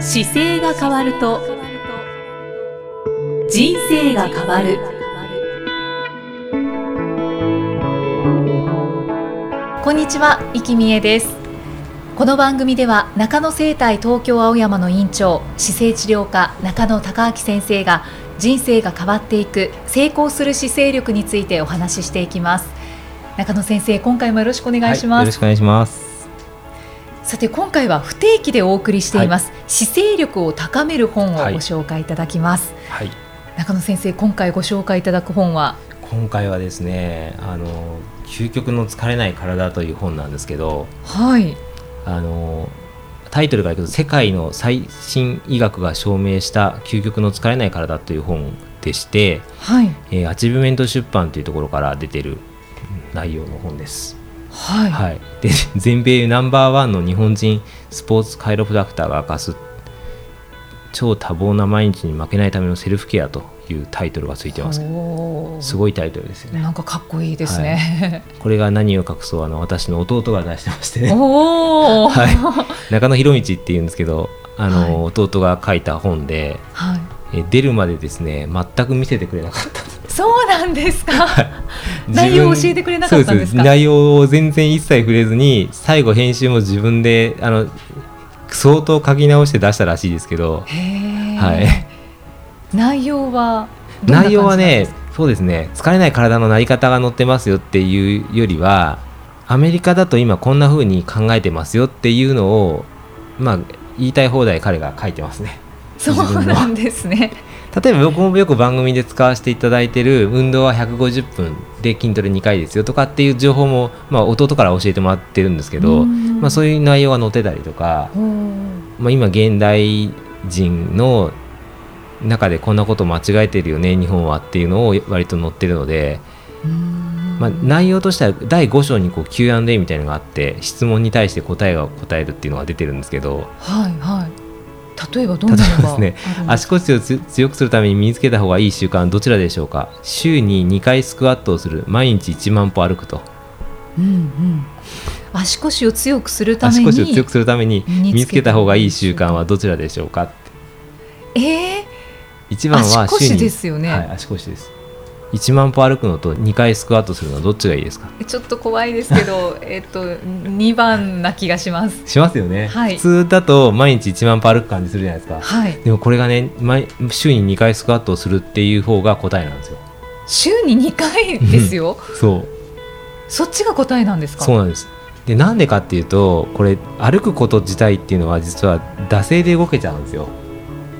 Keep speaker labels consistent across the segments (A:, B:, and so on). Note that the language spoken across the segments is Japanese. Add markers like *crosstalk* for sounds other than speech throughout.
A: 姿勢が変わると人生が変わるこんにちは、生きみえですこの番組では中野生態東京青山の院長姿勢治療科中野孝明先生が人生が変わっていく成功する姿勢力についてお話ししていきます中野先生今回もよろしくお願いします、
B: よろしくお願いします。
A: さて今回は不定期でお送りしています、姿勢力を高める本をご紹介いただきます、
B: はい、
A: 中野先生今回ご紹介いただく本は
B: 今回はですね、あの究極の疲れない体という本なんですけど、
A: はい
B: あのタイトルからいくと世界の最新医学が証明した究極の疲れない体という本でして、
A: はい
B: えーアチブメント出版というところから出てる内容の本です。
A: はい、
B: はい、で *laughs* 全米ナンバーワンの日本人スポーツカイロプラクターが明かす超多忙な毎日に負けないためのセルフケアというタイトルがついてます
A: おー
B: すごいタイトルですよね
A: なんかかっこいいですね、
B: これが何を隠そうあの私の弟が出してましてね、
A: *laughs* おお
B: はいい、 *laughs* 中野博道っていうんですけどあ
A: は
B: の、弟が書いた本で
A: はい、
B: え出るまでですね全く見せてくれなかった
A: そうなんですか *laughs* 内容を教えてくれなかったんですか
B: そう内容を全然一切触れずに最後編集も自分であの相当書き直して出したらしいですけど
A: へえ、
B: はい
A: 内容はどんな感じなんですか
B: 内容はねそうですね疲れない体のなり方が載ってますよっていうよりはアメリカだと今こんな風に考えてますよっていうのをまあ言いたい放題彼が書いてますね
A: そうなんですね
B: 例えば僕もよく番組で使わせていただいてる運動は150分で筋トレ2回ですよとかっていう情報も、まあ、弟から教えてもらってるんですけど、
A: うん
B: まあ、そういう内容が載ってたりとか、
A: おー
B: まあ、今現代人の中でこんなこと間違えてるよね日本はっていうのを割と載ってるので、
A: うーん
B: まあ、内容としては第5章にこう Q&A みたいなのがあって質問に対して答えが答えるっていうのが出てるんですけど。
A: はいはい。例えばどんなのがあるん
B: 例え
A: で
B: ばです
A: か。
B: 足腰をつ強くするために身につけた方がいい習慣はどちらでしょうか週に2回スクワットをする毎日1万歩歩くと
A: うんうん。足腰を強くするため
B: 足
A: に。
B: 腰を強くするために
A: 身につけ
B: 身につけた方がいい習慣はどちらでしょうかって
A: ええ
B: 一番は
A: 足
B: 週
A: 腰
B: に
A: ですよね
B: はい、足腰です1万歩歩くのと2回スクワットするのはどっちがいいですか
A: ちょっと怖いですけど、えっと二番な気がします。
B: しますよね、
A: はい
B: 普通だと毎日1万歩歩く感じするじゃないですか
A: はい。
B: でもこれがね毎週に2回スクワットをするっていう方が答えなんですよ
A: 週に二回ですよ。
B: そう
A: そっちが答えなんですか。
B: そうなんですでなんでかっていうとこれ歩くこと自体っていうのは実は惰性で動けちゃうんですよ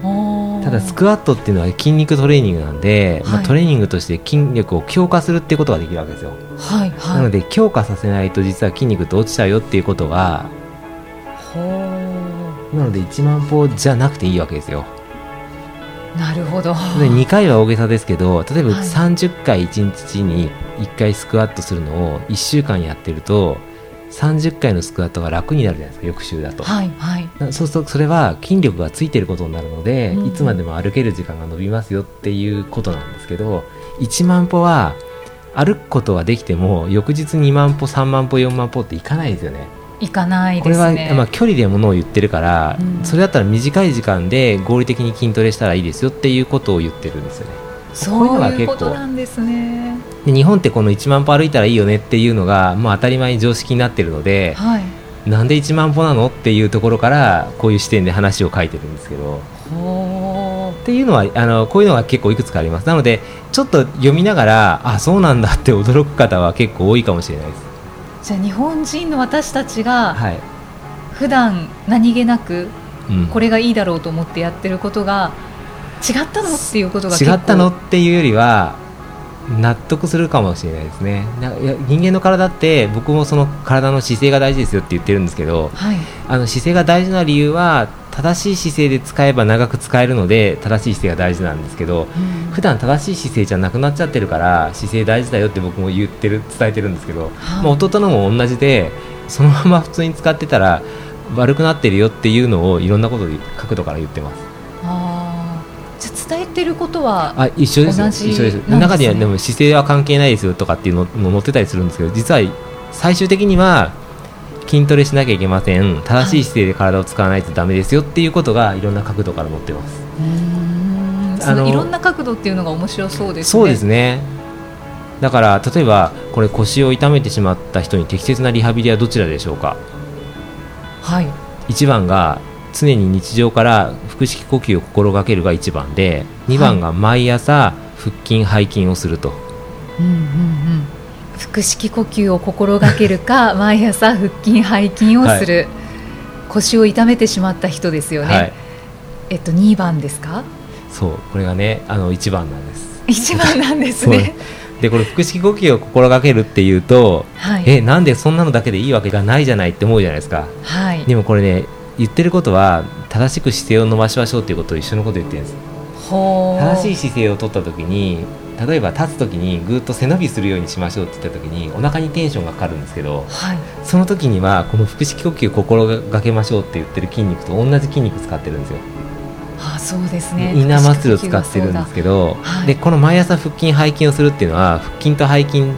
A: おー
B: ただスクワットっていうのは筋肉トレーニングなんで、まあ
A: はい
B: トレーニングとして筋力を強化するってことができるわけですよ、
A: はいはい。
B: なので強化させないと実は筋肉って落ちちゃうよっていうことが
A: ほー
B: なので1万歩じゃなくていいわけですよ
A: なるほど。
B: で2回は大げさですけど例えば
A: はい
B: 30回1日に1回スクワットするのを1週間やってると30回のスクワットが楽になるじゃないですか翌週だと、
A: はいはい。
B: なそうするとそれは筋力がついてることになるので、
A: うん
B: いつまでも歩ける時間が伸びますよっていうことなんですけど1万歩は歩くことはできても翌日2万歩3万歩4万歩っていかないですよね。
A: 行かない
B: こ
A: で
B: れ
A: す
B: は、
A: ね。
B: まあ、距離でものを言ってるから、
A: うん
B: それだったら短い時間で合理的に筋トレしたらいいですよっていうことを言ってるんですよね。こういうの
A: そ
B: が
A: ういう
B: 結構
A: ことなんですね。
B: で日本ってこの1万歩歩いたらいいよねっていうのがもう当たり前に常識になってるので
A: はい。
B: なんで1万歩なのっていうところからこういう視点で話を書いてるんですけど。
A: ほー
B: っていうのはあのこういうのが結構いくつかありますなのでちょっと読みながらあそうなんだって驚く方は結構多いかもしれないです、
A: じゃあ日本人の私たちが
B: はい
A: 普段何気なく
B: うん、
A: これがいいだろうと思ってやってることが違ったのっていうことが結構
B: 違ったのっていうよりは納得するかもしれないですねないや人間の体って僕もその体の姿勢が大事ですよって言ってるんですけど
A: はい
B: あの姿勢が大事な理由は正しい姿勢で使えば長く使えるので正しい姿勢が大事なんですけど普段正しい姿勢じゃなくなっちゃってるから姿勢大事だよって僕も言ってる伝えてるんですけど
A: はい
B: まあ、弟のも同じでそのまま普通に使ってたら悪くなってるよっていうのをいろんなことで角度から言ってます
A: あーじゃあ伝えてることは
B: あ一緒ですよ
A: 同じ
B: 一緒で
A: なん
B: す
A: ですね
B: 中にはでも姿勢は関係ないですよとかっていうのも載ってたりするんですけど実は最終的には筋筋トレしなきゃいけません正しい姿勢で体を使わないとダメですよっていうことがいろんな角度から載ってます
A: うーんそ
B: あ
A: の
B: の
A: いろんな角度っていうのが面白そうですね。
B: そうですねだから例えばこれ腰を痛めてしまった人に適切なリハビリはどちらでしょうか
A: はい。
B: 1番が常に日常から腹式呼吸を心がけるが1番で2番が毎朝腹筋背筋をすると、
A: うんうんうん。腹式呼吸を心がける
B: *laughs*
A: か毎朝腹筋背筋をする、腰を痛めてしまった人ですよね。
B: はい
A: えっと2番です
B: *laughs*
A: か？
B: そうこれがねあの1番なんです
A: 1番なんです
B: そう
A: ね
B: で。でこれ腹式呼吸を心がけるっていうと
A: はい。
B: えなんでそんなのだけでいいわけがないじゃないって思うじゃないですか
A: はい。
B: でもこれね言ってることは正しく姿勢を伸ばしましょうっていうことと一緒のこと言ってるんです
A: ほう。
B: 正しい
A: い。
B: 姿勢を取った時に例えば立つ時にぐーっと背伸びするようにしましょうって言った時にお腹にテンションがかかるんですけど
A: はい。
B: その時にはこの腹式呼吸を心がけましょうって言ってる筋肉と同じ筋肉使ってるんですよ、
A: あそうですね。
B: インナーマッスルを使ってるんですけど、
A: はい
B: でこの毎朝腹筋背筋をするっていうのは腹筋と背筋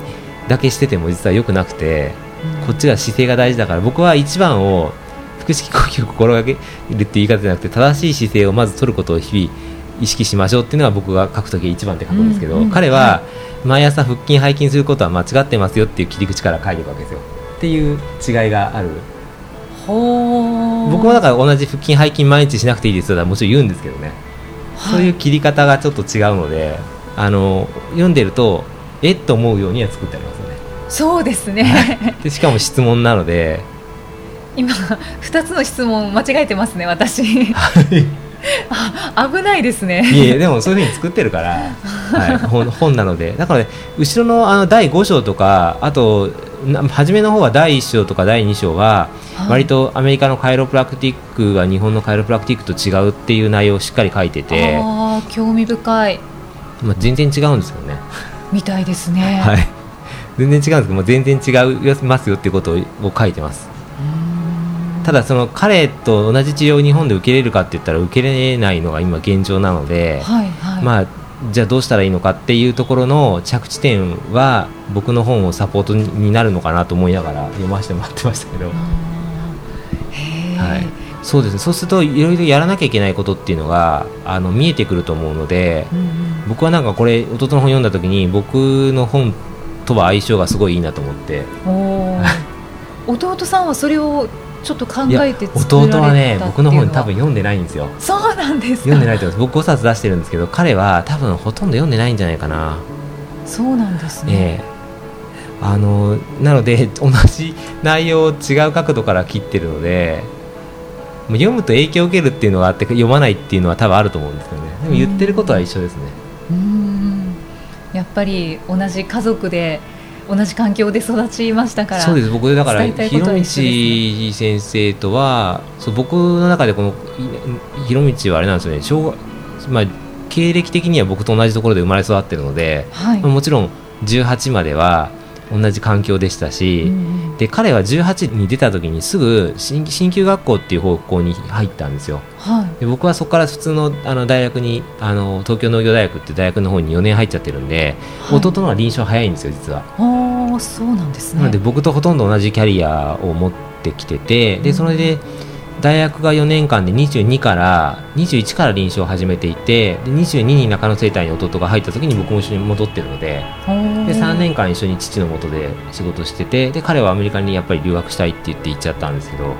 B: だけしてても実は良くなくてこっちが姿勢が大事だから僕は1番を腹式呼吸を心がけるっていう言い方じゃなくて正しい姿勢をまず取ることを日々意識しましょうっていうのは僕が書くとき1番って書くんですけど、
A: うんうん
B: 彼は毎朝腹筋背筋することは間違ってますよっていう切り口から書いていくわけですよっていう違いがある
A: ほう。
B: 僕もだから同じ腹筋背筋毎日しなくていいですよだからもちろん言うんですけどね、そういう切り方がちょっと違うのであの読んでるとえっと思うようには作ってありますよね
A: そうですね。
B: でしかも質問なので
A: *laughs* 今二つの質問間違えてますね私。 *laughs* あ危ないです
B: いえい
A: ね。
B: えでもそういうふうに作ってるから、はい、本本なのでだから、ね、後ろのあの第5章とかあとな初めの方は第1章とか第2章は
A: はい
B: 割とアメリカのカイロプラクティックが日本のカイロプラクティックと違うっていう内容をしっかり書いてて
A: ああ興味深い
B: まあ、全然違うんですよね、
A: みたいですね。
B: はい、全然違うんですけどもう全然違いますよっていうことを書いてますただその彼と同じ治療を日本で受けれるかって言ったら受けれないのが今現状なので、
A: はいはい。
B: まあじゃあどうしたらいいのかっていうところの着地点は僕の本をサポートになるのかなと思いながら読ませてもらってましたけど、
A: あーへえ。
B: はい、そうですねそうするといろいろやらなきゃいけないことっていうのがあの見えてくると思うので
A: うんうん
B: 僕はなんかこれ弟の本読んだ時に僕の本とは相性がすごいいいなと思って
A: おお。弟さんはそれをちょっと考
B: いや
A: えて作られたっていう
B: 弟
A: のは
B: はね僕の本多分読んでないんですよ
A: そうなんですか
B: 読んでないと思います僕5冊出してるんですけど彼は多分ほとんど読んでないんじゃないかな
A: そうなんですね、
B: ええあのなので同じ内容を違う角度から切ってるのでもう読むと影響を受けるっていうのがあって読まないっていうのは多分あると思うんですけどねでも言ってることは一緒ですね
A: うーんやっぱり同じ家族で同じ環境で育ちましたから
B: そうです僕だから
A: 伝えたいこ
B: 広
A: とは
B: 道
A: 一緒
B: 先生とはそう僕の中でこのい広道はあれなんですよね小学まあ経歴的には僕と同じところで生まれ育ってるので、
A: はい、
B: まあもちろん18までは同じ環境でしたし、
A: うん
B: で彼は18に出た時にすぐ新新旧学校っていう方向に入ったんですよ
A: はい
B: で僕はそこから普通のあの大学にあの東京農業大学って大学の方に4年入っちゃってるんで、
A: はい
B: 弟の方が臨床早いんですよ実は、
A: ああそうなんですね
B: なので僕とほとんど同じキャリアを持ってきててでそれで大学が4年間で22から21から臨床を始めていてで22に中野生態に弟が入った時に僕も一緒に戻ってるので
A: で
B: で3年間一緒に父のもとで仕事しててで彼はアメリカにやっぱり留学したいって言って行っちゃったんですけど、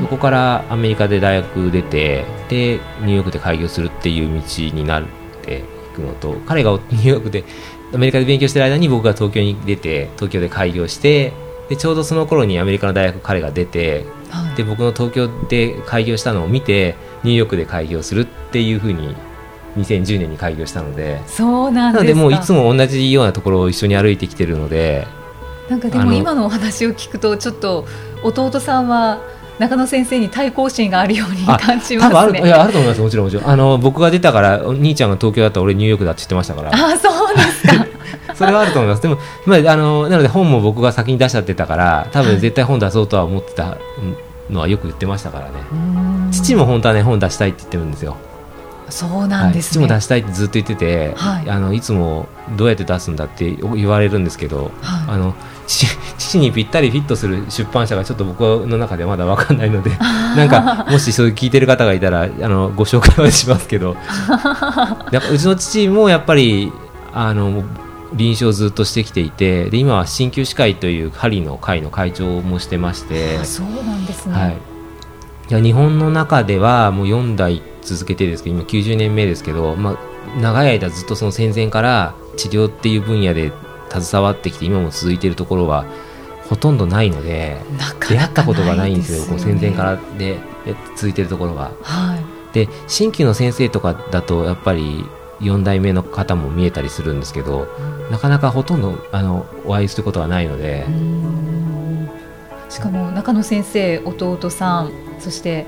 B: そこからアメリカで大学出てでニューヨークで開業するっていう道になっていくのと彼 *laughs* がニューヨークでアメリカで勉強してる間に僕が東京に出て東京で開業してでちょうどその頃にアメリカの大学彼が出て
A: はい
B: で僕の東京で開業したのを見てニューヨークで開業するっていうふうに2010年に開業したので。
A: そうな
B: なん
A: です
B: の
A: か
B: でもういつも同じようなところを一緒に歩いてきてるので
A: なんかで
B: あ
A: も
B: の
A: 今のお話を聞くとちょっと弟さんは中野先生に対抗心があるように
B: あ
A: 感じ
B: 多分
A: ま
B: あ
A: す
B: る
A: ね
B: いやあると思いますもちろんもちろんあの僕が出たからお兄ちゃんが東京だったら俺ニューヨークだって言ってましたから
A: あそうですか
B: それはあると思いますでも、まあ、あのなので本も僕が先に出しちゃってたから多分絶対本出そうとは思ってたのはよく言ってましたからね父も本当はね本出したいって言ってるんですよ
A: そうなんですね、
B: はい、父も出したいってずっと言ってて、
A: はい
B: あのいつもどうやって出すんだって言われるんですけど、
A: はい
B: あの父私にぴったりフィットする出版社がちょっと僕の中ではまだ分かんないので
A: な
B: *laughs* なんかもしそういう聞いてる方がいたらあのご紹介はします
A: *laughs*
B: けどやっぱうちの父もやっぱりあの臨床をずっとしてきていてで今は鍼灸師会という針の会の会長もしてまして
A: あ。そうなんですね、
B: はい、いや日本の中ではもう4代続けてですけど今90年目ですけど、まあ、長い間ずっとその戦前から治療っていう分野で携わってきて今も続いているところはほとんどないので
A: なかなか
B: 出会ったことがないんですよこう
A: ね
B: 戦前からでえ続いているところは。
A: はい
B: で新規の先生とかだとやっぱり4代目の方も見えたりするんですけどなかなかほとんどあのお会いすることはないので
A: うー。んしかも中野先生弟さんそして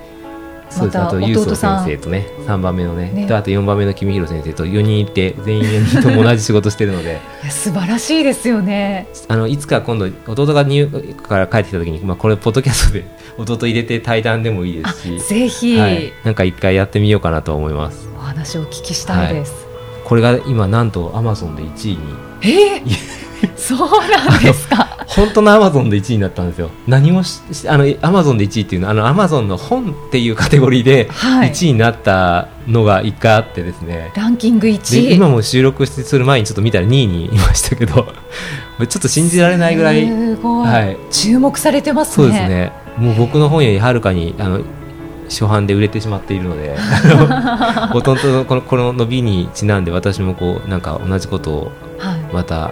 B: そうです
A: ま
B: あ
A: た
B: とユーソ
A: 弟
B: 先
A: さん
B: 生とね3番目のね
A: ね
B: とあと4番目の君弘先生と4人いて全員4人とも同じ仕事してるので
A: いや素晴らしいですよね
B: あのいつか今度弟がニューヨークから帰ってきた時に、まあ、これポッドキャストで *laughs* 弟入れて対談でもいいで
A: あ
B: すし、
A: ぜひ、
B: はい、なんか一回やってみようかなと思います
A: お話をお聞きしたいです、
B: これが今なんとアマゾンで1位に
A: え
B: *laughs*
A: ー、そうなんですか
B: 本当のアマゾンで1位になったんですよ何もししあのアマゾンで1位っていうのはあのアマゾンの本っていうカテゴリーで
A: はい
B: 1位になったのが1回あってですね、
A: ランキング1
B: で
A: 位
B: 今も収録する前にちょっと見たら2位にいましたけど *laughs* ちょっと信じられないぐらい、
A: すごい、
B: はい、
A: 注目されてますね
B: そうですねもう僕の本よりはるかにあの初版で売れてしまっているので *laughs* あの弟のこのこの伸びにちなんで私もこうなんか同じことを
A: はい
B: また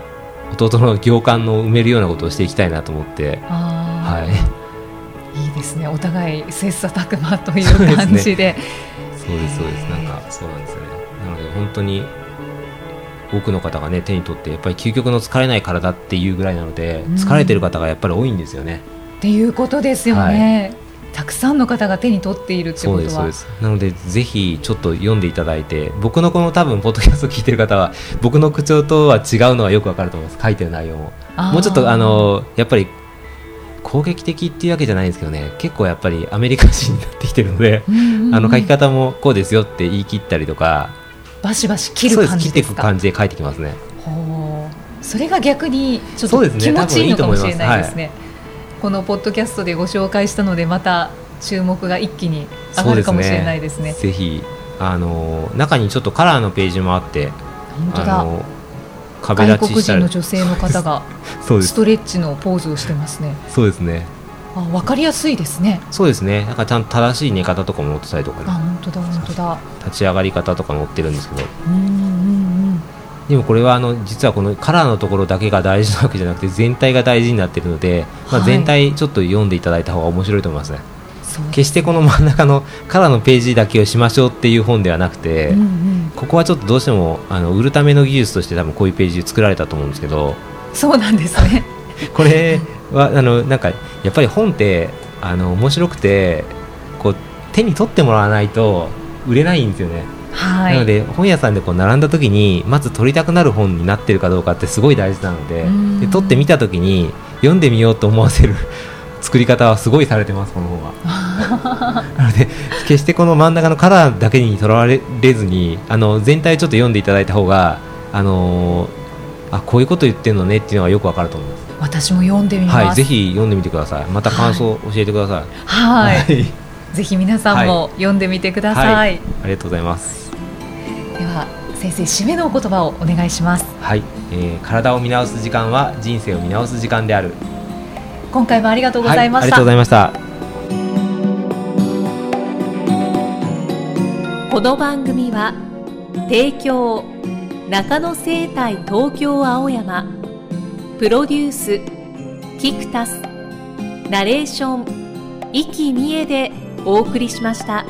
B: 弟の行間の埋めるようなことをしていきたいなと思って、
A: あ
B: は
A: ー
B: い、
A: いいですねお互い切磋琢磨という感じで
B: そうですそうですなんかそうなんですよねなので本当に多くの方がね手に取ってやっぱり究極の疲れない体っていうぐらいなので、
A: うん
B: 疲れてる方がやっぱり多いんですよね
A: っていうことですよね、たくさんの方が手に取っているって
B: そ
A: こ
B: う
A: と
B: ですそう
A: は
B: ですなのでぜひちょっと読んでいただいて僕のこの多分ポッドキャスト聞いてる方は *laughs* 僕の口調とは違うのはよくわかると思います書いてる内容も
A: あー
B: もうちょっとあのやっぱり攻撃的っていうわけじゃないんですけどね結構やっぱりアメリカ人になってきてるので、
A: うんうんうん
B: あの書き方もこうですよって言い切ったりとか
A: バシバシ切る感じ
B: そ
A: です
B: うで切って
A: す
B: いく
A: か
B: 感じで書いてきますね
A: ほうそれが逆にちょっ
B: そう
A: と
B: ですね
A: 気持ちいいのかもしれない
B: 多分いいと思います
A: ですねこのポッドキャストでご紹介したのでまた注目が一気に上がるかもしれないですね
B: ぜひあの中にちょっとカラーのページもあって
A: 本当
B: あ
A: だ
B: の壁
A: 外
B: 立
A: 国
B: ちし
A: 人
B: た
A: の
B: り
A: 女性の方が
B: そうで
A: ス
B: す
A: トレッチのポーズをしてますね
B: そうですね
A: あ分かりやすいですね
B: そうですねなんかちゃんと正しい寝方とかも載ってたりと
A: あ
B: か、ね、
A: 本当だ本当だ
B: 立ち上がり方とか載ってるんですけど
A: うんうんうん
B: でもこれはあの実はこのカラーのところだけが大事なわけじゃなくて全体が大事になってるので、まあ、
A: はい
B: 全体ちょっと読んでいただいた方が面白いと思いますね、
A: そう
B: 決してこの真ん中のカラーのページだけをしましょうっていう本ではなくて、
A: うんうん
B: ここはちょっとどうしてもあの売るための技術として多分こういうページ作られたと思うんですけど
A: そうなんですね
B: これはあのなんかやっぱり本ってあの面白くてこう手に取ってもらわないと売れないんですよね、
A: は
B: なの
A: い
B: で本屋さんでこう並んだ時にまず取りたくなる本になってるかどうかってすごい大事なので
A: うん
B: で取ってみた時に読んでみようと思わせる *laughs* 作り方はすごいされてますこの本は。
A: *laughs*
B: なので決してこの真ん中のカラーだけにとらわれずにあの全体をちょっと読んでいただいた方があのーあこういうこと言ってるのねっていうのがよくわかると思います。
A: 私も読んでみます
B: はい、ぜひ読んでみてください。また感想を教えてください。
A: はい
B: い、
A: ぜひ皆さんも読んでみてください、
B: はいありがとうございます。
A: では先生締めのお言葉をお願いします
B: はい、えー体を見直す時間は人生を見直す時間である。
A: 今回もありがとうございま
B: はあり
A: した、
B: がとうございました。
A: この番組は提供中野生態東京青山プロデュースキクタスナレーション生きみえでお送りしました。